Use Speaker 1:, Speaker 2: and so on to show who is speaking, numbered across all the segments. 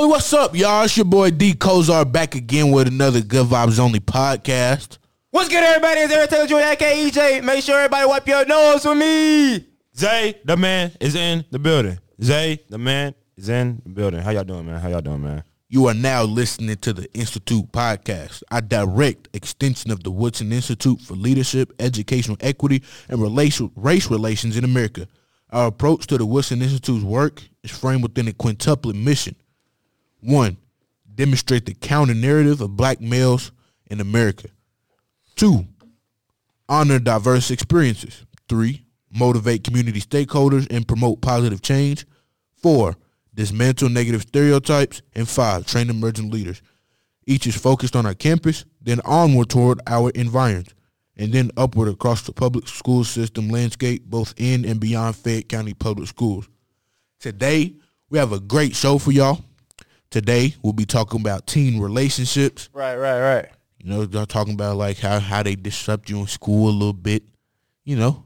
Speaker 1: What's up, y'all? It's your boy D Kozar back again with another Good Vibes Only podcast.
Speaker 2: What's good, everybody? It's Eric Taylor Jr. aka EJ. E Make sure everybody wipe your nose with me.
Speaker 3: Zay, the man, is in the building. Zay, the man, is in the building. How y'all doing, man? How y'all doing, man?
Speaker 1: You are now listening to the Institute podcast, a direct extension of the Woodson Institute for Leadership, Educational Equity, and Relation, Race Relations in America. Our approach to the Woodson Institute's work is framed within a quintuplet mission. One, demonstrate the counter narrative of black males in America. Two, honor diverse experiences. Three, motivate community stakeholders and promote positive change. Four, dismantle negative stereotypes. And five, train emerging leaders. Each is focused on our campus, then onward toward our environs, and then upward across the public school system landscape, both in and beyond Fayette County Public Schools. Today, we have a great show for y'all. Today, we'll be talking about teen relationships.
Speaker 2: Right, right, right.
Speaker 1: You know, y'all talking about like how how they disrupt you in school a little bit. You know,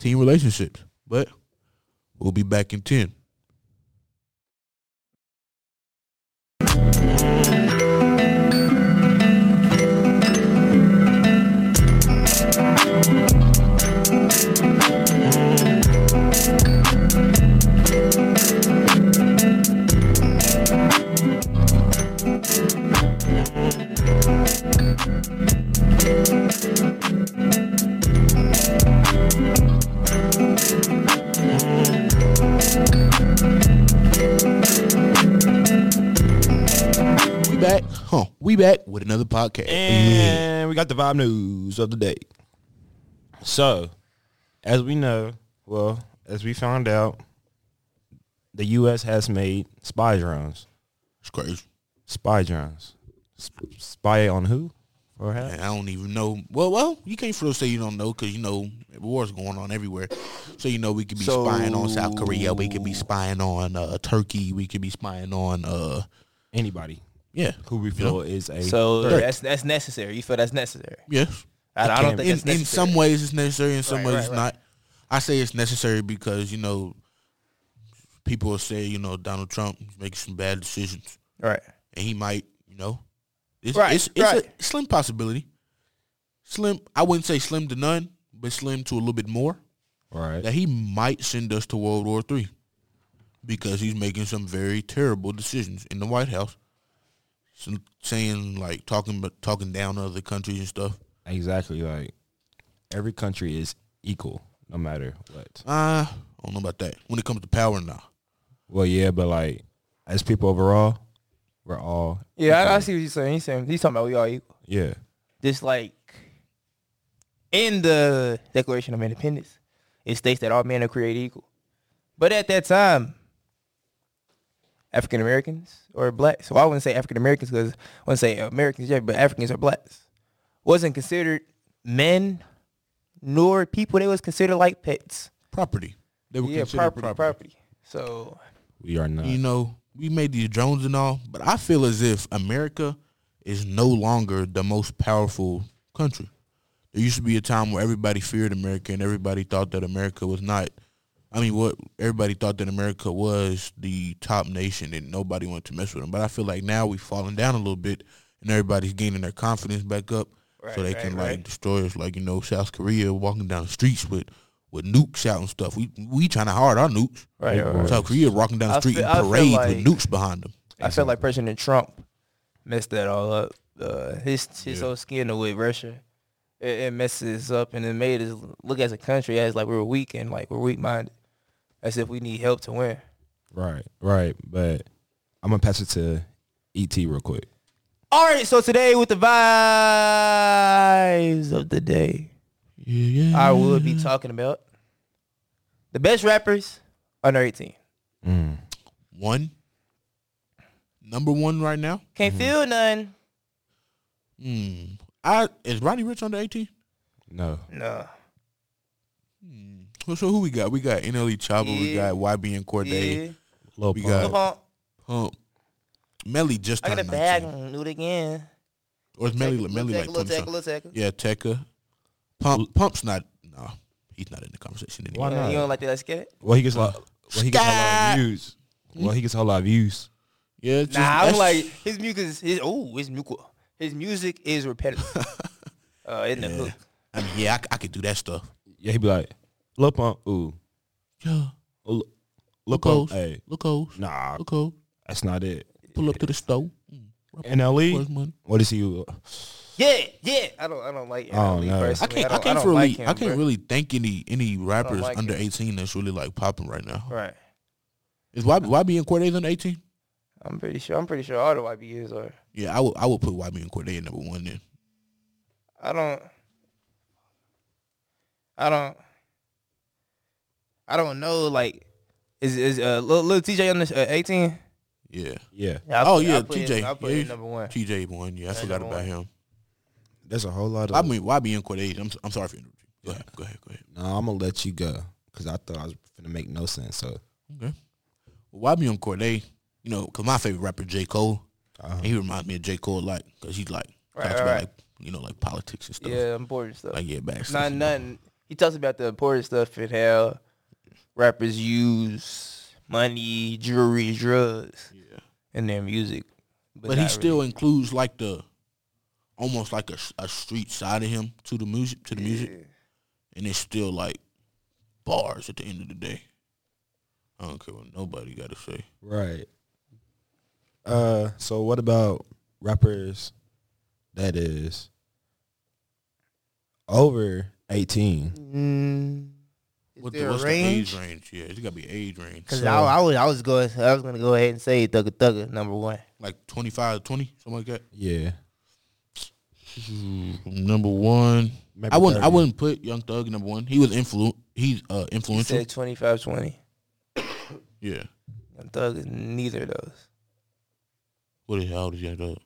Speaker 1: team relationships. But we'll be back in ten. We back, huh? We back with another podcast.
Speaker 3: And we got the vibe news of the day. So, as we know, well, as we found out, the U.S. has made spy drones.
Speaker 1: it's crazy.
Speaker 3: Spy drones. Sp- spy on who? Or how?
Speaker 1: And I don't even know. Well, well, you can't really say you don't know because you know wars going on everywhere. So you know we could be
Speaker 3: So-
Speaker 1: spying on South Korea. We could be spying on uh, Turkey. We could be spying on uh,
Speaker 3: Anybody
Speaker 1: yeah,
Speaker 3: who we feel is a
Speaker 2: So
Speaker 3: threat.
Speaker 2: that's that's necessary. You feel that's necessary?
Speaker 1: yes.
Speaker 2: I, I don't
Speaker 3: can't-
Speaker 2: think
Speaker 1: in,
Speaker 2: that's
Speaker 1: in
Speaker 2: necessary.
Speaker 1: some ways it's necessary in some
Speaker 2: Right,
Speaker 1: ways
Speaker 2: right,
Speaker 1: it's
Speaker 2: right.
Speaker 1: not i say it's necessary because you know people will say you know donald trump is making some bad decisions
Speaker 2: Right.
Speaker 1: and he might you know it's,
Speaker 2: Right,
Speaker 1: it's, it's
Speaker 2: right.
Speaker 1: a slim possibility slim i wouldn't say slim to none but slim to a little bit more
Speaker 3: All right.
Speaker 1: that he might send us to world war three because he's making some very terrible decisions in the white house some saying like talking but talking down to other countries and stuff
Speaker 3: Exactly. Like, every country is equal, no matter what.
Speaker 1: Uh, I don't know about that. When it comes to power now.
Speaker 3: Well, yeah, but like as people overall, we're all
Speaker 2: Yeah, I, I see what you're saying. He's saying he's talking about we all equal.
Speaker 3: yeah.
Speaker 2: Just like in the Declaration of Independence, it states that all men are created equal. But at that time, African Americans or blacks, well, I wouldn't say African Americans because I wouldn't say Americans yet, but Africans or blacks, wasn't considered men nor people. They was considered like pets.
Speaker 1: Property. They were
Speaker 2: Yeah,
Speaker 1: considered
Speaker 2: property,
Speaker 1: property.
Speaker 2: property, So
Speaker 3: We are not.
Speaker 1: You know, we made these drones and all, but I feel as if America is no longer the most powerful country. There used to be a time where everybody feared America and everybody thought that America was not I mean what everybody thought that America was the top nation and nobody wanted to mess with them. But I feel like now we've fallen down a little bit and everybody's gaining their confidence back up. so
Speaker 2: Right,
Speaker 1: they
Speaker 2: right,
Speaker 1: can
Speaker 2: right.
Speaker 1: like destroy us like, you know, South Korea walking down the streets with with nukes out and stuff. We we trying to hard our nukes.
Speaker 2: right, right, right.
Speaker 1: South Korea walking down
Speaker 2: I
Speaker 1: the street
Speaker 2: feel-
Speaker 1: in
Speaker 2: I feel
Speaker 1: parades
Speaker 2: like-
Speaker 1: with nukes behind them.
Speaker 2: I felt like President Trump messed that all up. Uh, his his whole scandal with Russia, it, it messes up and it made us look as a country as like we were weak and like we're weak minded, as if we need help to win.
Speaker 3: Right, right. But I'm gonna pass it to ET real quick.
Speaker 2: All right, so today with the vibes of the day,
Speaker 1: Yeah, yeah.
Speaker 2: I will be talking about the best rappers under eighteen.
Speaker 1: One. Number one right now.
Speaker 2: Can't feel none.
Speaker 1: Hmm. I is Roddy Rich under eighteen?
Speaker 3: No,
Speaker 2: No.
Speaker 1: So who we got? We got NLE Chopper, we
Speaker 2: Yeah.
Speaker 1: got YBN Corday,
Speaker 2: Yeah.
Speaker 3: Lil
Speaker 1: We
Speaker 3: Pump.
Speaker 1: got-
Speaker 2: Come on.
Speaker 1: Pump. Melly just
Speaker 2: I got a
Speaker 1: turned
Speaker 2: bag.
Speaker 1: 19.
Speaker 2: Do it again.
Speaker 1: Or is Melly,
Speaker 2: Take a
Speaker 1: Melly
Speaker 2: little
Speaker 1: like
Speaker 2: take, little
Speaker 1: 20
Speaker 2: take,
Speaker 1: something?
Speaker 2: little take.
Speaker 1: Yeah, Tekka. Pump Pump's not no. He's not in the conversation anymore.
Speaker 3: Why
Speaker 2: Uh,
Speaker 3: not?
Speaker 2: You don't like that? Let's get it.
Speaker 3: Well, he gets a lot. Well, he gets a whole lot
Speaker 1: Sky.
Speaker 3: of views. Well, he gets a whole lot of views.
Speaker 1: Yeah, it's just,
Speaker 2: Nah, I'm
Speaker 1: that's-
Speaker 2: like his music is his oh his music his music is repetitive. uh, in the hook.
Speaker 1: I mean, yeah, I, c- I could do that stuff.
Speaker 3: Yeah, he be like, Lil Pump, ooh,
Speaker 1: Yeah,
Speaker 3: Lil Lil
Speaker 1: look
Speaker 3: Pump,
Speaker 1: close,
Speaker 3: hey,
Speaker 1: look close,
Speaker 3: nah,
Speaker 1: look close.
Speaker 3: that's not it.
Speaker 1: Pull up to the store. Mm, rub
Speaker 3: NLE,
Speaker 2: E?
Speaker 1: his money.
Speaker 3: what is he?
Speaker 2: Yeah, yeah. I don't I don't like
Speaker 3: I don't
Speaker 2: Ali
Speaker 3: know.
Speaker 1: Oh, I
Speaker 2: personally.
Speaker 1: can't. I,
Speaker 2: don't-
Speaker 1: can't
Speaker 2: don't
Speaker 1: really.
Speaker 2: like him,
Speaker 1: I can't
Speaker 2: bruh.
Speaker 1: really think any any rappers
Speaker 2: like
Speaker 1: under
Speaker 2: him.
Speaker 1: eighteen that's really like popping right now.
Speaker 2: Right.
Speaker 1: Is YB, YB and Cordae's under eighteen?
Speaker 2: I'm pretty sure. I'm pretty sure all the YBs are.
Speaker 1: Yeah, I would. I would put YB and Cordae at number one then.
Speaker 2: I don't. I don't. I don't know. Like, is is uh, little, TJ on this uh, 18?
Speaker 1: Yeah,
Speaker 3: Yeah,
Speaker 2: Yeah, I
Speaker 1: Oh,
Speaker 2: put- I
Speaker 1: yeah,
Speaker 2: put him-
Speaker 1: TJ.
Speaker 2: I put
Speaker 1: Yeah,
Speaker 2: him
Speaker 1: he's-
Speaker 2: number one.
Speaker 1: TJ one. Yeah, I
Speaker 2: Yeah,
Speaker 1: forgot
Speaker 2: number
Speaker 1: about
Speaker 2: one.
Speaker 1: him.
Speaker 3: that's a whole lot of.
Speaker 1: I mean YB and Cordae. I'm. I'm sorry for interrupting. Go ahead. Go ahead. Go ahead.
Speaker 3: no, I'm gonna let you go because I thought I was gonna make no sense. So
Speaker 1: Okay. Well, YB and Cordae. You know, cause my favorite rapper J Cole.
Speaker 3: Uh-huh.
Speaker 1: And he reminds me of J Cole a lot because he's like
Speaker 2: Right,
Speaker 1: talks
Speaker 2: right,
Speaker 1: about
Speaker 2: right.
Speaker 1: like you know like politics and stuff.
Speaker 2: Yeah, important stuff.
Speaker 1: Like yeah, back
Speaker 2: Not nothing. He talks about the important stuff and how rappers use money, jewelry, drugs
Speaker 1: Yeah.
Speaker 2: in their music.
Speaker 1: but he
Speaker 2: not
Speaker 1: still
Speaker 2: really.
Speaker 1: includes like the almost like a, a street side of him to the music to the music and it's still like bars at the end of the day i don't care what nobody got to say
Speaker 3: right. Uh, so what about rappers that is over eighteen?
Speaker 2: Mm, is
Speaker 1: What
Speaker 2: there a
Speaker 1: what's
Speaker 2: range?
Speaker 1: the age range yeah it's got to be age range
Speaker 2: Cause
Speaker 3: So-
Speaker 2: I, I was I was going I was gonna go ahead and say Thugga Thugga number one.
Speaker 1: like 25 20 something like that
Speaker 3: Yeah,
Speaker 1: number one
Speaker 3: Maybe
Speaker 1: i wouldn't i
Speaker 3: 30.
Speaker 1: wouldn't put young thug number one he was influ he's uh influential
Speaker 2: Said 25, 20.
Speaker 1: yeah
Speaker 2: Young Thug is neither of those.
Speaker 1: what is how old is young thug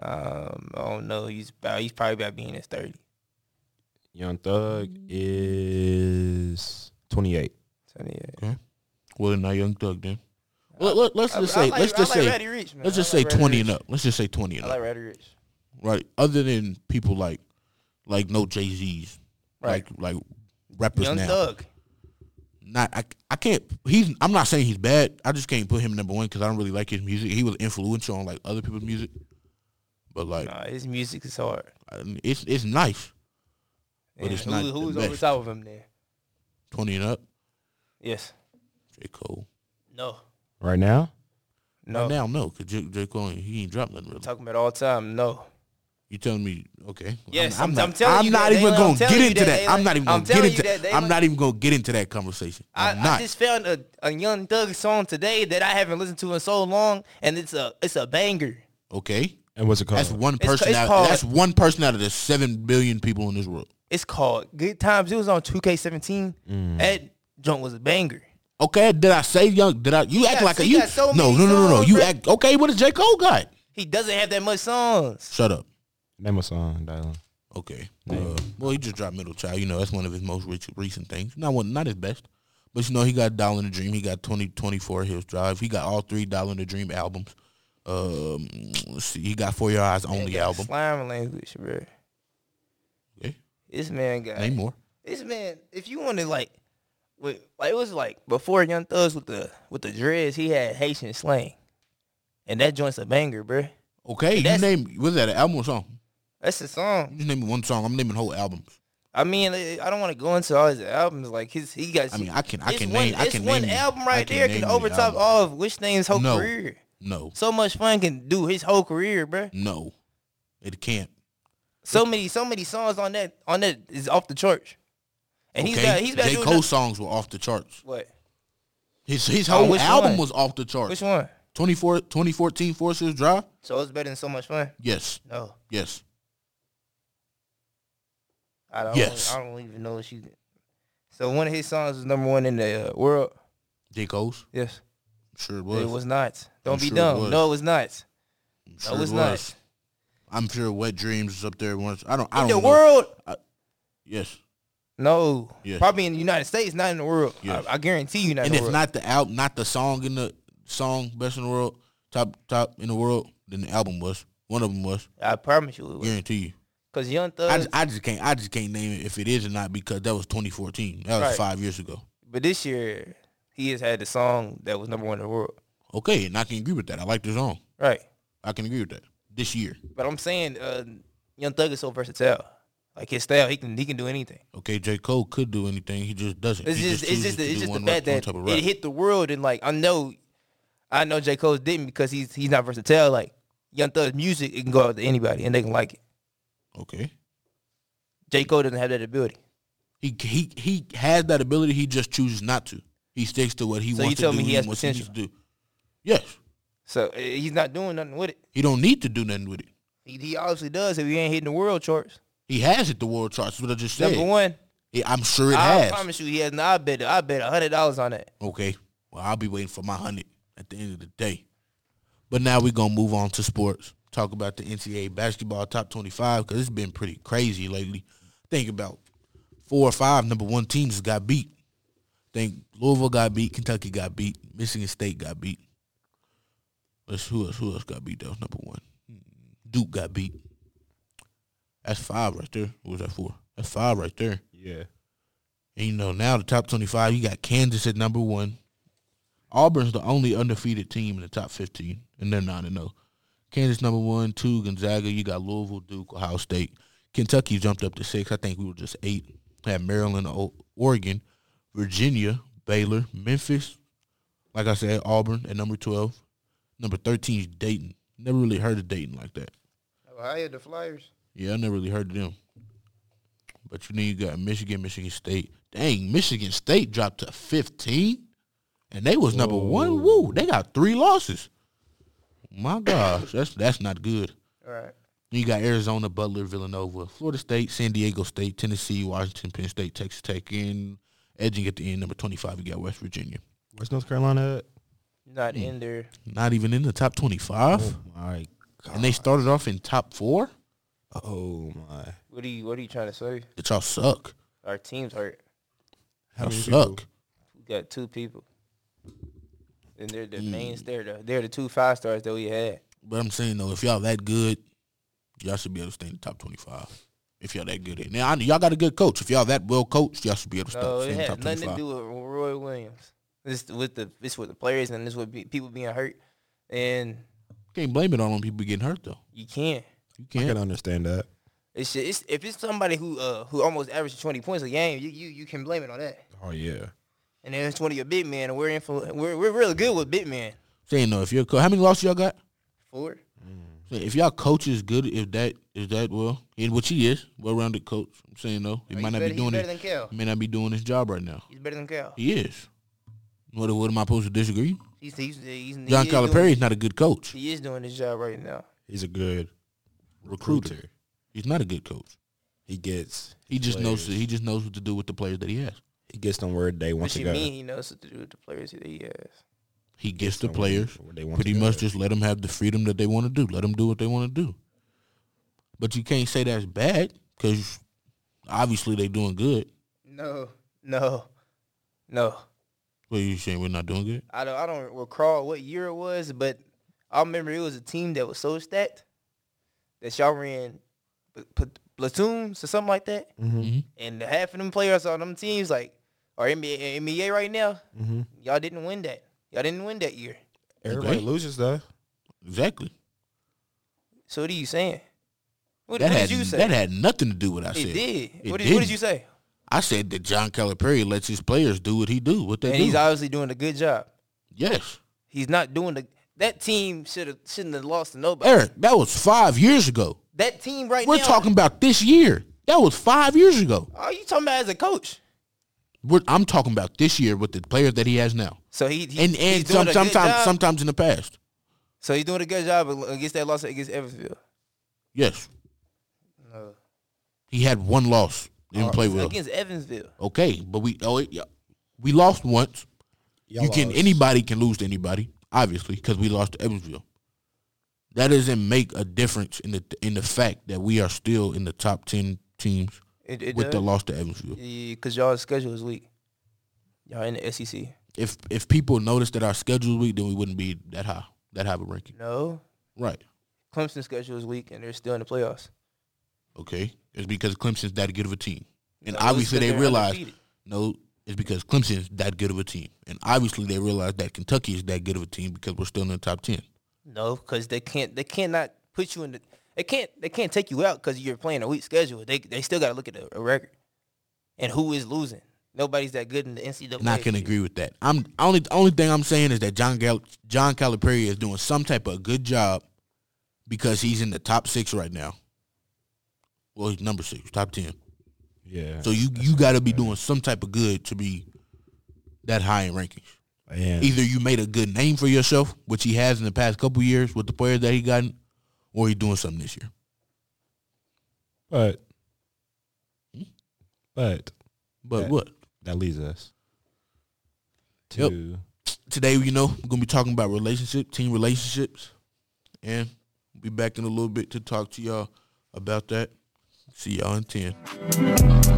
Speaker 2: Um, I don't know. He's about he's probably about being his thirty.
Speaker 3: Young Thug is twenty eight.
Speaker 2: So yeah.
Speaker 1: well not young thug then let, let, let's just
Speaker 2: I- I
Speaker 1: say
Speaker 2: like-
Speaker 1: let's
Speaker 2: I
Speaker 1: just
Speaker 2: like
Speaker 1: say
Speaker 2: Ratty Rich, man.
Speaker 1: let's just
Speaker 2: I
Speaker 1: say
Speaker 2: like Ratty
Speaker 1: 20
Speaker 2: Rich.
Speaker 1: and up let's just say 20 and
Speaker 2: I
Speaker 1: up
Speaker 2: like Ratty Rich.
Speaker 1: right? Other than people like like no Jay Z's,
Speaker 2: Right.
Speaker 1: like like rappers
Speaker 2: Young
Speaker 1: now.
Speaker 2: Thug.
Speaker 1: Not I, I can't. He's I'm not saying he's bad. I just can't put him number one because I don't really like his music. He was influential on like other people's music, but like
Speaker 2: Nah, his music is hard.
Speaker 1: I- it's it's nice. But
Speaker 2: And
Speaker 1: it's
Speaker 2: who-
Speaker 1: not the
Speaker 2: who's over
Speaker 1: best.
Speaker 2: top of him there?
Speaker 1: Twenty and up,
Speaker 2: Yes.
Speaker 1: J Cole.
Speaker 2: No.
Speaker 3: Right now,
Speaker 2: No.
Speaker 1: Right now no, because J, J Cole ain't- he ain't dropped nothing really.
Speaker 2: Talking about all time. No.
Speaker 1: You telling me okay?
Speaker 2: Yes, I'm-
Speaker 1: not,
Speaker 2: I'm telling
Speaker 1: I'm
Speaker 2: you
Speaker 1: not
Speaker 2: that,
Speaker 1: even
Speaker 2: Daylon.
Speaker 1: gonna
Speaker 2: I'm
Speaker 1: get
Speaker 2: telling you
Speaker 1: into
Speaker 2: that,
Speaker 1: that. I'm
Speaker 2: Daylon.
Speaker 1: not even
Speaker 2: I'm
Speaker 1: gonna get
Speaker 2: telling you
Speaker 1: into.
Speaker 2: that,
Speaker 1: I'm
Speaker 2: Daylon.
Speaker 1: not even gonna get into that conversation.
Speaker 2: I,
Speaker 1: I'm not.
Speaker 2: I just found a, a Young Thug song today that I haven't listened to in so long, and it's a it's a banger.
Speaker 1: okay.
Speaker 3: and what's it called?
Speaker 1: That's one
Speaker 2: It's
Speaker 1: person.
Speaker 2: ca- it's
Speaker 1: out,
Speaker 2: called-
Speaker 1: that's one person out of the seven billion people in this world.
Speaker 2: It's called Good Times. It was on 2K17.
Speaker 1: Mm.
Speaker 2: That joint was a banger.
Speaker 1: Okay, did I say young? Did I? You act
Speaker 2: got-
Speaker 1: like a
Speaker 2: he
Speaker 1: you?
Speaker 2: got so
Speaker 1: no,
Speaker 2: many
Speaker 1: no, no, no, no.
Speaker 2: songs,
Speaker 1: You
Speaker 2: bro.
Speaker 1: act okay. What does J Cole got?
Speaker 2: He doesn't have that much songs.
Speaker 1: Shut up.
Speaker 3: Name a song, Dylan.
Speaker 1: Okay. Uh, well, he just dropped Middle Child. You know, that's one of his most rich, recent things. Not one, not his best, but you know, he got Dollar in the Dream. He got 20, 24 Hills Drive. He got all three Dollar in the Dream albums. Um, let's see, he got For Your Eyes
Speaker 2: Man
Speaker 1: only
Speaker 2: got
Speaker 1: album.
Speaker 2: Slime language, bro.
Speaker 1: Okay.
Speaker 2: This man got
Speaker 1: Name more.
Speaker 2: this man. If you want to like, with, like it was like before Young Thugs with the with the dreads, he had Haitian slang, and that joint's a banger, bro.
Speaker 1: Okay, you
Speaker 2: That's-
Speaker 1: name was that an album or song?
Speaker 2: That's the song.
Speaker 1: You just name me one song. I'm naming whole albums.
Speaker 2: I mean, I I don't want to go into all his albums. Like his, he got.
Speaker 1: I mean, I can, I
Speaker 2: it's
Speaker 1: can
Speaker 2: one,
Speaker 1: name, I
Speaker 2: it's
Speaker 1: can
Speaker 2: one
Speaker 1: name you-
Speaker 2: album
Speaker 1: I
Speaker 2: right
Speaker 1: can
Speaker 2: there
Speaker 1: name you
Speaker 2: can
Speaker 1: the
Speaker 2: overtop
Speaker 1: album.
Speaker 2: all of Wish Name's whole
Speaker 1: No.
Speaker 2: career.
Speaker 1: No,
Speaker 2: So much fun can do his whole career, bro.
Speaker 1: no, it can't.
Speaker 2: So many, so many songs on that on that is off the charts, and he's got he's got
Speaker 1: J
Speaker 2: doing
Speaker 1: Cole
Speaker 2: the-
Speaker 1: songs were off the charts.
Speaker 2: what?
Speaker 1: His his
Speaker 2: Oh,
Speaker 1: whole
Speaker 2: which
Speaker 1: album
Speaker 2: one?
Speaker 1: was off the charts.
Speaker 2: Which one?
Speaker 1: 24, 2014 Forces Drive.
Speaker 2: So it's better than so much fun.
Speaker 1: Yes,
Speaker 2: No,
Speaker 1: yes.
Speaker 2: I don't.
Speaker 1: Yes.
Speaker 2: I don't even know what you. So one of his songs was number one in the uh, world.
Speaker 1: J Cole's
Speaker 2: Yes,
Speaker 1: I'm sure it was.
Speaker 2: it was not. Don't
Speaker 1: I'm
Speaker 2: be
Speaker 1: sure it
Speaker 2: dumb.
Speaker 1: was.
Speaker 2: no, it was not.
Speaker 1: I'm
Speaker 2: No,
Speaker 1: sure
Speaker 2: it was
Speaker 1: it
Speaker 2: not.
Speaker 1: was. I'm sure Wet Dreams is up there once. I don't. I
Speaker 2: in
Speaker 1: don't
Speaker 2: the
Speaker 1: know.
Speaker 2: world.
Speaker 1: Yes,
Speaker 2: No,
Speaker 1: Yes.
Speaker 2: probably in the United States, not in the world.
Speaker 1: Yes.
Speaker 2: I, I guarantee you, not in
Speaker 1: and
Speaker 2: the
Speaker 1: if
Speaker 2: world.
Speaker 1: not the album, not the song in the song best in the world, top top in the world, then the album was. One of them was.
Speaker 2: I promise you, it was.
Speaker 1: Guarantee you.
Speaker 2: Cause Young Thug.
Speaker 1: I just, I just can't. I just can't name it if it is or not because that was 2014. That was
Speaker 2: Right.
Speaker 1: five years ago.
Speaker 2: but this year, he has had the song that was number one in the world.
Speaker 1: Okay, and I can agree with that. I like this song.
Speaker 2: Right.
Speaker 1: I can agree with that. This year.
Speaker 2: But I'm saying uh, Young Thug is so versatile. Like his style, he can he can do anything.
Speaker 1: Okay, J. Cole could do anything. He just doesn't.
Speaker 2: It's
Speaker 1: He
Speaker 2: just, it's
Speaker 1: chooses
Speaker 2: just the,
Speaker 1: to
Speaker 2: it's
Speaker 1: do
Speaker 2: just the
Speaker 1: one rap-
Speaker 2: fact
Speaker 1: one
Speaker 2: that
Speaker 1: type of
Speaker 2: it
Speaker 1: rap.
Speaker 2: hit the world and like I know I know J. Cole didn't because he's he's not versatile. Like Young Thug's music it can go out to anybody and they can like it.
Speaker 1: Okay.
Speaker 2: J. Cole doesn't have that ability.
Speaker 1: He he he has that ability. He just chooses not to. He sticks to what he
Speaker 2: So you
Speaker 1: wants to
Speaker 2: tell
Speaker 1: do.
Speaker 2: me he has
Speaker 1: wants
Speaker 2: potential?
Speaker 1: to do. Yes,
Speaker 2: So uh, he's not doing nothing with it.
Speaker 1: he don't need to do nothing with it.
Speaker 2: He, he obviously does if he ain't hitting the world charts.
Speaker 1: He has hit the world charts. What I just said.
Speaker 2: Number one,
Speaker 1: Yeah, I'm sure it
Speaker 2: I
Speaker 1: has.
Speaker 2: promise you he has. not. I bet I bet hundred dollars on that.
Speaker 1: Okay. Well, I'll be waiting for my hundred at the end of the day. But now we're gonna move on to sports. Talk about the NCAA basketball top twenty-five because it's been pretty crazy lately. Think about four or five number one teams got beat. Think Louisville got beat, Kentucky got beat, Michigan State got beat. Let's, who else? Who else got beat? That was number one. Duke got beat. That's five right there. What was that for? That's five right there.
Speaker 3: Yeah.
Speaker 1: And you know, now the top 25, you got Kansas at number one. Auburn's the only undefeated team in the top 15, and they're 9 0. Kansas number one, two, Gonzaga. You got Louisville, Duke, Ohio State. Kentucky jumped up to six. I think we were just eight. Had Maryland, O- Oregon, Virginia, Baylor, Memphis. Like I said, Auburn at number 12. Number 13 is Dayton. Never really heard of Dayton like that.
Speaker 2: Ohio the Flyers.
Speaker 1: Yeah, I never really heard of them. But you know, you got Michigan, Michigan State. Dang, Michigan State dropped to 15, and they was number one. Woo, they got three losses. My gosh, that's that's not good.
Speaker 2: All right.
Speaker 1: You got Arizona, Butler, Villanova, Florida State, San Diego State, Tennessee, Washington, Penn State, Texas Tech, and edging at the end, number 25, you got West Virginia.
Speaker 3: Where's North Carolina at?
Speaker 2: Not
Speaker 1: Hmm.
Speaker 2: in there.
Speaker 1: Not even in the top 25.
Speaker 3: Oh my Oh, god.
Speaker 1: And they started off in top four?
Speaker 3: oh my.
Speaker 2: What are you What are you trying to say?
Speaker 1: That y'all suck.
Speaker 2: Our team's hurt.
Speaker 1: Y'all
Speaker 3: many
Speaker 1: suck.
Speaker 3: people?
Speaker 2: We got two people, and they're
Speaker 1: Hmm.
Speaker 2: the main they're the, they're the two five stars that we had.
Speaker 1: But I'm saying though, if y'all that good, y'all should be able to stay in the top 25. If y'all that good, at it. now I know y'all got a good coach. If y'all that well coached, y'all should be able to
Speaker 2: No,
Speaker 1: stay
Speaker 2: it
Speaker 1: in the top
Speaker 2: had Oh, nothing to
Speaker 1: 25.
Speaker 2: do with Roy Williams. It's with the it's with the players and it's with be, people being hurt, and
Speaker 1: Can't blame it all on people getting hurt though.
Speaker 2: you can't.
Speaker 1: You
Speaker 3: I
Speaker 1: can't.
Speaker 3: can understand that.
Speaker 2: It's, just, it's if it's somebody who uh who almost averaged twenty points a game, you you, you can blame it on that.
Speaker 3: Oh yeah.
Speaker 2: And then it's one of your big men, and we're influ- we're we're really good with big men.
Speaker 1: Saying though, if your co- how many losses y'all got?
Speaker 2: Four.
Speaker 1: Saying, If y'all coach is good, if that is that well, and which he is, well-rounded coach. I'm saying though, he
Speaker 2: He's
Speaker 1: might not
Speaker 2: better,
Speaker 1: be doing
Speaker 2: he's better
Speaker 1: it.
Speaker 2: than Cal.
Speaker 1: He may not be doing his job right now.
Speaker 2: He's better than Cal.
Speaker 1: He is. What, what am I supposed to disagree?
Speaker 2: He's he's, he's
Speaker 1: John
Speaker 2: he is Doing,
Speaker 1: Calipari is not a good coach.
Speaker 2: he is doing his job right now.
Speaker 3: He's a good
Speaker 1: Recruiter. He's not a good coach.
Speaker 3: He gets.
Speaker 1: He just knows.
Speaker 3: players.
Speaker 1: He just knows what to do with the players that he has.
Speaker 3: He gets them where they want
Speaker 2: What
Speaker 3: to
Speaker 2: you
Speaker 3: go.
Speaker 2: mean he knows what to do with the players that he has?
Speaker 1: He gets the
Speaker 3: Them
Speaker 1: players.
Speaker 3: where they want to
Speaker 1: Pretty
Speaker 3: go.
Speaker 1: much just let them have the freedom that they want to do. Let them do what they want to do. But you can't say that's bad because obviously they doing good.
Speaker 2: No, no, no.
Speaker 1: Well, you saying we're not doing good?
Speaker 2: I don't I don't recall what year it was, but I remember it was a team that was so stacked that y'all ran pl- pl- platoons or something like that,
Speaker 1: Mm-hmm.
Speaker 2: and half of them players on them teams like are NBA, NBA right now.
Speaker 3: Mm-hmm.
Speaker 2: Y'all didn't win that. Y'all didn't win that year.
Speaker 3: Everybody
Speaker 1: Okay.
Speaker 3: loses though.
Speaker 1: Exactly.
Speaker 2: So what are you saying? What,
Speaker 1: that
Speaker 2: what
Speaker 1: had
Speaker 2: did you say?
Speaker 1: that had nothing to do with what I
Speaker 2: it
Speaker 1: said.
Speaker 2: did.
Speaker 1: It
Speaker 2: what, did, what did
Speaker 1: didn't.
Speaker 2: you say?
Speaker 1: I said that John Calipari lets his players do what he do. What they
Speaker 2: And
Speaker 1: do.
Speaker 2: he's obviously doing a good job.
Speaker 1: yes,
Speaker 2: He's not doing the. That team should have shouldn't have lost to nobody.
Speaker 1: Eric, that was five years ago.
Speaker 2: That team right
Speaker 1: We're
Speaker 2: now.
Speaker 1: talking about this year. That was five years ago.
Speaker 2: Are you talking about as a coach?
Speaker 1: We're, I'm talking about this year with the players that he has now.
Speaker 2: So he, he
Speaker 1: and
Speaker 2: he's
Speaker 1: and
Speaker 2: doing
Speaker 1: some,
Speaker 2: a good
Speaker 1: sometimes
Speaker 2: job.
Speaker 1: sometimes in the past.
Speaker 2: so he's doing a good job against that loss against Everfield.
Speaker 1: Yes,
Speaker 2: No.
Speaker 1: he had one loss. Didn't play well.
Speaker 2: Uh, against Evansville.
Speaker 1: Okay, but we oh it, yeah. we lost once.
Speaker 3: Y'all
Speaker 1: you can
Speaker 3: lost.
Speaker 1: anybody can lose to anybody, obviously, because we lost to Evansville. That doesn't make a difference in the in the fact that we are still in the top ten teams
Speaker 2: It, it
Speaker 1: with the
Speaker 2: does.
Speaker 1: loss to Evansville.
Speaker 2: because y'all's schedule is weak. Y'all in the E SEC.
Speaker 1: If if people noticed that our schedule was weak, then we wouldn't be that high that high of a ranking.
Speaker 2: No,
Speaker 1: Right.
Speaker 2: Clemson's schedule is weak, and they're still in the playoffs.
Speaker 1: Okay. It's because Clemson's that good of a team, and
Speaker 2: No, it's
Speaker 1: obviously
Speaker 2: 'cause
Speaker 1: they
Speaker 2: they're
Speaker 1: realize
Speaker 2: undefeated.
Speaker 1: no. is because Clemson is that good of a team, and obviously they realize that Kentucky is that good of a team because we're still in the top ten.
Speaker 2: No, because they can't. They cannot put you in the. They can't. They can't take you out because you're playing a weak schedule. They they still got to look at the a record, and who is losing. Nobody's that good in the NCAA.
Speaker 1: And I can agree with that. I'm only only thing I'm saying is that John Gal- John Calipari is doing some type of good job because he's in the top six right now. Well, he's number six, top ten.
Speaker 3: Yeah.
Speaker 1: So you you got to be doing some type of good to be that high in rankings.
Speaker 3: yeah.
Speaker 1: Either you made a good name for yourself, which he has in the past couple years with the players that he gotten, or he's doing something this year.
Speaker 3: But
Speaker 1: Hmm?
Speaker 3: but
Speaker 1: But
Speaker 3: Yeah.
Speaker 1: what
Speaker 3: that leads us
Speaker 1: Yep.
Speaker 3: to
Speaker 1: today, you know, we're gonna be talking about relationship, team relationships, and we'll be back in a little bit to talk to y'all about that. See y'all in ten.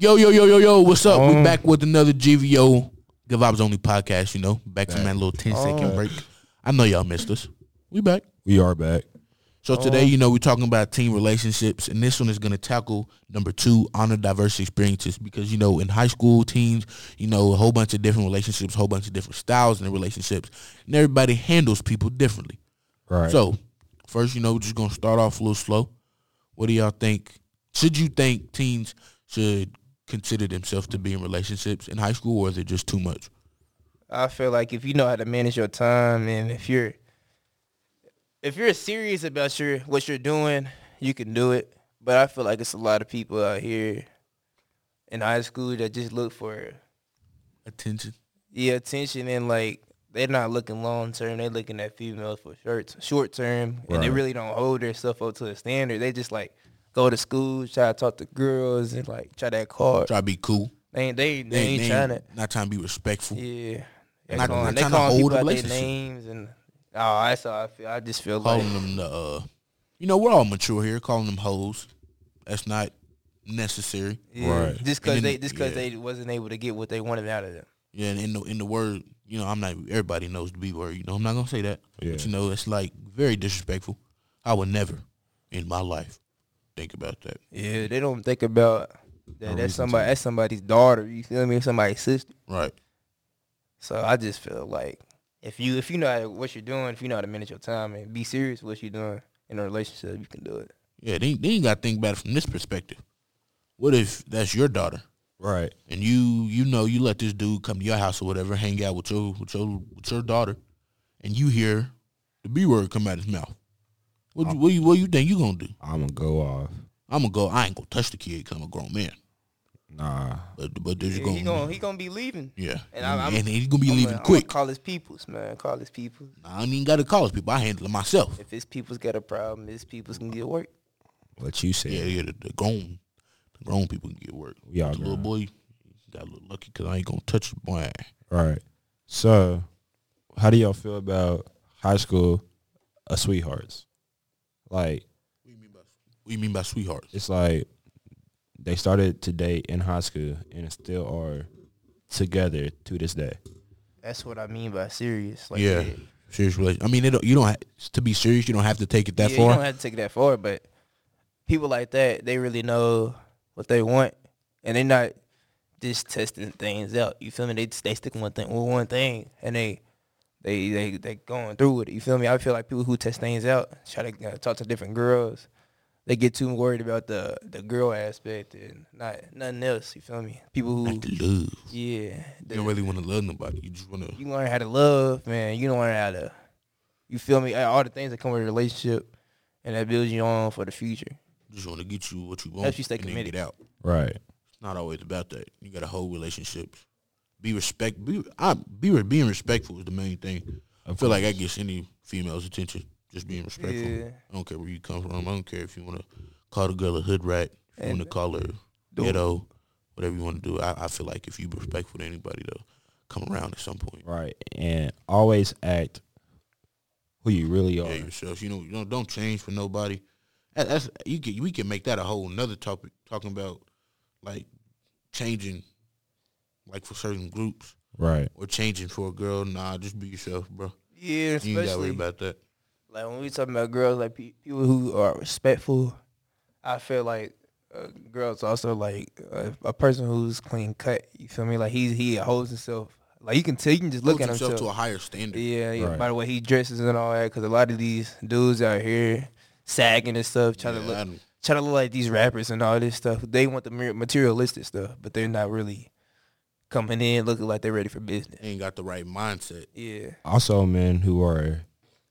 Speaker 1: Yo, yo, yo, yo, yo, what's up? we
Speaker 3: Um.
Speaker 1: back with another GVO Good Vibes Only podcast, you know. Back from that little 10 second
Speaker 2: Oh.
Speaker 1: break. I know y'all missed us. We back.
Speaker 3: we are back.
Speaker 1: So today, you know, we're talking about team relationships, and this one is going to tackle number two, honor diverse experiences, because you know, in high school teams, you know, a whole bunch of different relationships, a whole bunch of different styles in the relationships, and everybody handles people differently.
Speaker 3: Right.
Speaker 1: So, first, you know, we're just gonna start off a little slow. What do y'all think? Should you think teens should consider themselves to be in relationships in high school, or is it just too much?
Speaker 2: I feel like if you know how to manage your time and if you're if you're serious about your what you're doing, you can do it. But I feel like it's a lot of people out here in high school that just look for
Speaker 1: Attention.
Speaker 2: yeah attention and like they're not looking long term. They're looking at females for short short term, and they
Speaker 3: Right.
Speaker 2: really don't hold their stuff up to a standard. They just like go to school, try to talk to girls, and like try that card.
Speaker 1: Try to be cool.
Speaker 2: They ain't they, they,
Speaker 1: They ain't,
Speaker 2: ain't
Speaker 1: they
Speaker 2: trying to
Speaker 1: ain't- not trying to be respectful.
Speaker 2: yeah. They
Speaker 1: Not-
Speaker 2: calling,
Speaker 1: not
Speaker 2: they
Speaker 1: tryna
Speaker 2: calling
Speaker 1: hold a
Speaker 2: people out their
Speaker 1: relationship.
Speaker 2: names and oh, that's how I feel. I just feel
Speaker 1: Calling
Speaker 2: like
Speaker 1: them the, uh, you know, we're all mature here. Calling them hoes, that's not necessary.
Speaker 2: yeah,
Speaker 3: Right.
Speaker 2: just because
Speaker 1: And then-
Speaker 2: they just because
Speaker 1: yeah.
Speaker 2: they wasn't able to get what they wanted out of them.
Speaker 1: Yeah, and in the in the word, you know, I'm not. Everybody knows the B word. You know, I'm not gonna say that.
Speaker 3: Yeah.
Speaker 1: But you know, it's like very disrespectful. I would never, in my life, think about that.
Speaker 2: Yeah, they don't think about
Speaker 3: No
Speaker 2: that.
Speaker 3: reason
Speaker 2: That's
Speaker 3: to.
Speaker 2: somebody. That's somebody's daughter. You feel me? Somebody's sister.
Speaker 1: Right.
Speaker 2: So I just feel like if you if you know how to- what you're doing, if you know how to manage your time and be serious with what you're doing in a relationship, you can do it.
Speaker 1: Yeah, then, then you got to think about it from this perspective. What if that's your daughter
Speaker 3: Right.
Speaker 1: and you you know you let this dude come to your house or whatever, hang out with your with your with your daughter, and you hear the B word come out his mouth? What
Speaker 2: Uh,
Speaker 1: you, what you what you think you gonna do?
Speaker 3: I'm gonna go off.
Speaker 1: I'm gonna go. I ain't gonna touch the kid. 'cause I'm a grown man.
Speaker 3: Nah.
Speaker 1: But but there's
Speaker 2: Yeah,
Speaker 1: gonna,
Speaker 2: he gonna he gonna be leaving.
Speaker 1: yeah,
Speaker 2: And I'm- I'm-
Speaker 1: and he's gonna be
Speaker 2: I'ma-
Speaker 1: leaving
Speaker 2: I'ma
Speaker 1: quick.
Speaker 2: Call his peoples, man. Call his peoples.
Speaker 1: I don't even gotta call his people. I handle it myself.
Speaker 2: If his peoples got a problem, his peoples can get work.
Speaker 3: What you said.
Speaker 1: Yeah, yeah. The, the grown, the grown people can get work.
Speaker 3: We all
Speaker 1: the little
Speaker 3: grown.
Speaker 1: boy got a little lucky because I ain't gonna touch the boy.
Speaker 3: Right. So, how do y'all feel about high school uh, sweethearts? Like,
Speaker 1: What you mean by what you mean by sweethearts?
Speaker 3: it's like they started to date in high school and still are together to this day.
Speaker 2: That's what I mean by serious. Like,
Speaker 1: Yeah. Serious relation. I mean, it don't, you don't have, to be serious. You don't have to take it that
Speaker 2: yeah,
Speaker 1: far.
Speaker 2: you don't have to take it that far, but people like that, they really know what they want, and they're not just testing things out. You feel me? They they stick one thing with one thing, and they they they they going through with it. You feel me? I feel like people who test things out try to uh, talk to different girls. They get too worried about the the girl aspect and not nothing else. You feel me? People who
Speaker 1: Like the love.
Speaker 2: yeah,
Speaker 1: You
Speaker 2: they-
Speaker 1: don't really want to love nobody. You just want to.
Speaker 2: you learn how to love, man. You learn how to, you feel me? All the things that come with a relationship and that builds you on for the future.
Speaker 1: Just want to get you what you want.
Speaker 2: Helps you stay
Speaker 1: and then
Speaker 2: committed.
Speaker 1: Get out.
Speaker 3: Right.
Speaker 1: It's not always about that. You got to hold relationships. be respect. Be, I, be being respectful is the main thing. I feel like that gets any female's attention. Just being respectful.
Speaker 2: Yeah.
Speaker 1: I don't care where you come from. I don't care if you want to call the girl a hood rat. If you want to call her ghetto, whatever you want to do. I, I feel like if you be respectful to anybody, they'll come around at some point.
Speaker 3: Right. And always act who you really are.
Speaker 1: Yeah, yourself. You know, you don't don't change for nobody. That, that's you can we can make that a whole another topic talking about like changing, like for certain groups
Speaker 3: Right.
Speaker 1: or changing for a girl. Nah, just be yourself, bro.
Speaker 2: Yeah,
Speaker 1: You ain't gotta worry
Speaker 2: especially
Speaker 1: about that.
Speaker 2: like when we talking about girls, like pe- people who are respectful. I feel like uh, girls also like uh, a person who's clean cut. You feel me? Like he he holds himself. Like you can tell, you can just look
Speaker 1: Hold
Speaker 2: at
Speaker 1: yourself
Speaker 2: himself.
Speaker 1: to a higher standard.
Speaker 2: Yeah, yeah.
Speaker 3: Right.
Speaker 2: By the way, he dresses and all that, because a lot of these dudes out here sagging and stuff, trying
Speaker 1: Yeah,
Speaker 2: to look,
Speaker 1: I don't-
Speaker 2: trying to look like these rappers and all this stuff. They want the mer- materialistic stuff, but they're not really coming in looking like they're ready for business.
Speaker 1: ain't got the right mindset.
Speaker 2: Yeah,
Speaker 3: Also men who are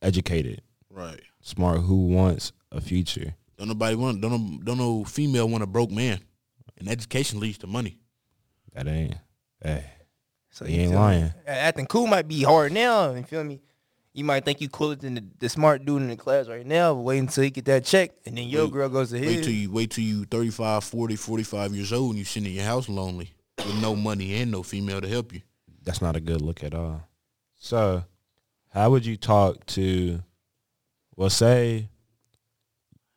Speaker 3: educated,
Speaker 1: Right.
Speaker 3: smart, who wants a future.
Speaker 1: Don't nobody want don't no- don't no female want a broke man. And education leads to money.
Speaker 3: That ain't hey.
Speaker 2: so
Speaker 3: He
Speaker 2: you
Speaker 3: ain't
Speaker 2: feel me?
Speaker 3: lying.
Speaker 2: A- Acting cool might be hard now. You feel me? You might think you cooler than the, the smart dude in the class right now, but wait until you get that check, and then your
Speaker 1: Wait-
Speaker 2: girl goes to
Speaker 1: Wait till
Speaker 2: his.
Speaker 1: you wait till you 35, 40, 45 years old and you sitting in your house lonely with no money and no female to help you.
Speaker 3: That's not a good look at all. So how would you talk to well say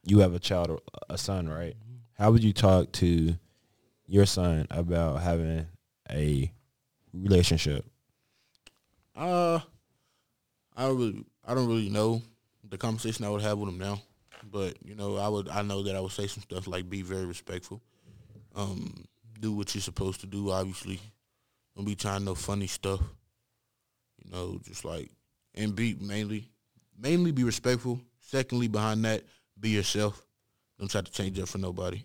Speaker 3: you have a child or a son, right? How would you talk to your son about having a relationship?
Speaker 1: Uh I don't really I don't really know the conversation I would have with him now. But, you know, I would I know that I would say some stuff like be very respectful. Um, do what you're supposed to do, obviously. Don't be trying no funny stuff. You know, just like and be mainly mainly be respectful. Secondly, behind that, be yourself. Don't try to change up for nobody.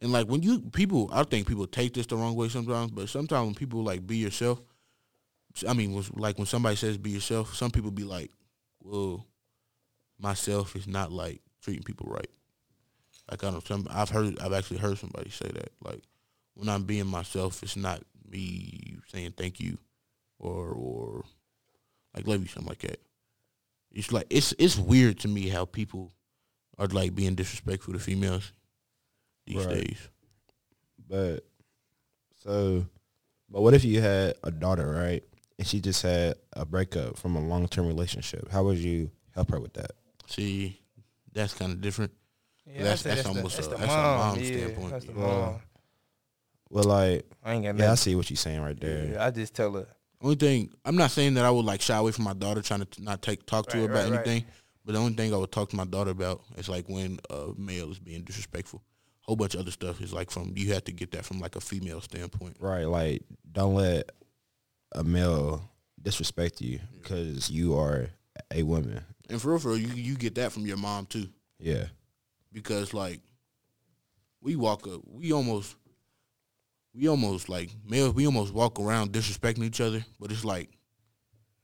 Speaker 1: And like when you people, I think people take this the wrong way sometimes. But sometimes when people like be yourself, I mean, was like when somebody says be yourself, some people be like, "Well, myself is not like treating people right." Like I don't. Some I've heard. I've actually heard somebody say that. Like when I'm being myself, it's not me saying thank you, or or like love you, something like that. It's like it's it's weird to me how people are like being disrespectful to females these
Speaker 3: Right.
Speaker 1: days.
Speaker 3: But so, but what if you had a daughter, right? And she just had a breakup from a long term relationship. How would you help her with that?
Speaker 1: See, that's kind of different.
Speaker 2: Yeah,
Speaker 1: that's-
Speaker 2: I said
Speaker 1: that's almost a- that's a mom standpoint.
Speaker 2: That's the
Speaker 3: Yeah.
Speaker 2: mom.
Speaker 3: Well, like,
Speaker 2: I ain't got
Speaker 3: yeah, I
Speaker 2: nothing.
Speaker 3: see what you're saying right there.
Speaker 2: Yeah, I just tell her.
Speaker 1: Only thing I'm not saying that I would like shy away from my daughter trying to t- not take talk to
Speaker 2: Right,
Speaker 1: her about
Speaker 2: right, right.
Speaker 1: anything. But the only thing I would talk to my daughter about is like when a male is being disrespectful. Whole bunch of other stuff is like from you have to get that from like a female standpoint.
Speaker 3: Right, like, don't let a male disrespect you because you are a woman.
Speaker 1: And for real, for real, you you get that from your mom too.
Speaker 3: Yeah,
Speaker 1: because like we walk up, we almost, we almost like males, we almost walk around disrespecting each other. But it's like,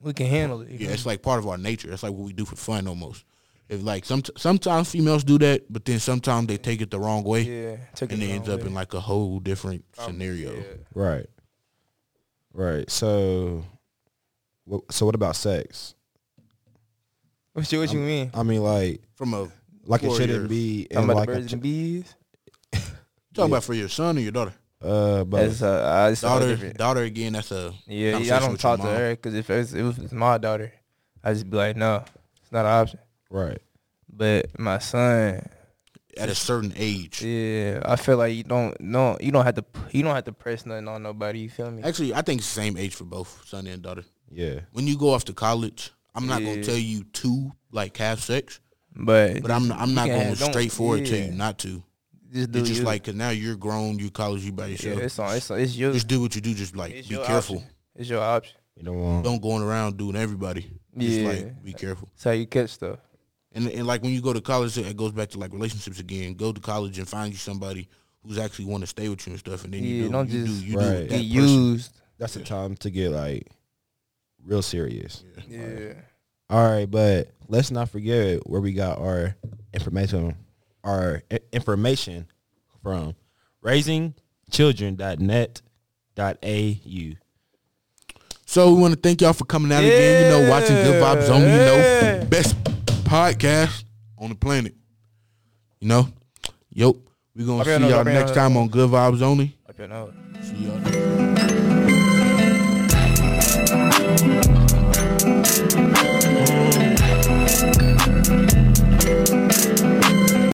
Speaker 2: We can handle it. you
Speaker 1: yeah,
Speaker 2: feel
Speaker 1: it's like part of our nature. It's like what we do for fun almost. If like some sometimes females do that, but then sometimes they take it the wrong way,
Speaker 2: me? yeah. Took
Speaker 1: and
Speaker 2: it
Speaker 1: it
Speaker 2: the
Speaker 1: ends
Speaker 2: wrong
Speaker 1: up
Speaker 2: way.
Speaker 1: in like a whole different
Speaker 2: Problem.
Speaker 1: scenario.
Speaker 2: Yeah.
Speaker 3: right, right. So, wha- so what about sex?
Speaker 2: What you, what you mean?
Speaker 3: I mean, like,
Speaker 1: From a
Speaker 3: like it
Speaker 1: For your-
Speaker 3: shouldn't be in
Speaker 2: Talking about
Speaker 3: like
Speaker 2: the
Speaker 3: a,
Speaker 2: birds
Speaker 3: ch-
Speaker 2: and bees.
Speaker 1: talking
Speaker 3: Yeah.
Speaker 1: about for your son or your daughter,
Speaker 3: uh, but
Speaker 2: That's uh, it's all
Speaker 1: daughter,
Speaker 2: different.
Speaker 1: daughter again. That's a
Speaker 2: Yeah, yeah, I
Speaker 1: conversation
Speaker 2: don't
Speaker 1: with your
Speaker 2: talk to
Speaker 1: mom.
Speaker 2: her because if it's, if it's my daughter, I just be like, no, it's not an option.
Speaker 3: right.
Speaker 2: But my son,
Speaker 1: at a certain age.
Speaker 2: yeah, I feel like you don't, no, you don't have to, p- you don't have to press nothing on nobody. You feel me?
Speaker 1: Actually, I think it's the same age for both son and daughter.
Speaker 3: Yeah,
Speaker 1: when you go off to college, I'm not gonna
Speaker 2: Yeah.
Speaker 1: tell you to like have sex,
Speaker 2: But,
Speaker 1: but I'm I'm not
Speaker 2: can
Speaker 1: gonna
Speaker 2: have- don't-
Speaker 1: straight forward tell you
Speaker 2: yeah.
Speaker 1: not to.
Speaker 2: just do
Speaker 1: It's just
Speaker 2: you.
Speaker 1: like 'cause now you're grown, you college, you by
Speaker 2: yeah,
Speaker 1: yourself.
Speaker 2: it's on, it's on, it's your,
Speaker 1: just do what you do. Just like
Speaker 2: It's
Speaker 1: be
Speaker 2: your
Speaker 1: careful.
Speaker 2: option. it's your option.
Speaker 3: you don't want
Speaker 1: Don't going around doing everybody. Just
Speaker 2: Yeah.
Speaker 1: like be careful.
Speaker 2: It's how you catch stuff.
Speaker 1: And and like when you go to college, it goes back to like relationships again. Go to college and find you somebody who's actually want to stay with you and stuff. And then you
Speaker 2: Yeah,
Speaker 1: do,
Speaker 2: don't
Speaker 1: you
Speaker 2: just
Speaker 1: do, you do
Speaker 3: Right.
Speaker 1: with
Speaker 2: Be
Speaker 1: that person.
Speaker 2: used.
Speaker 3: that's the time to get like real serious.
Speaker 2: Yeah.
Speaker 3: All right, but let's not forget where we got our information our i- information from raisingchildren.net.au.
Speaker 1: So we want to thank y'all for coming out again. You know, watching Good Vibes Only. You know,
Speaker 2: Yeah.
Speaker 1: best podcast on the planet. You know, yep. We gonna
Speaker 2: Up here,
Speaker 1: see
Speaker 2: no,
Speaker 1: y'all
Speaker 2: up here,
Speaker 1: next
Speaker 2: no.
Speaker 1: time on Good Vibes Only.
Speaker 2: Up your nose.
Speaker 1: See y'all.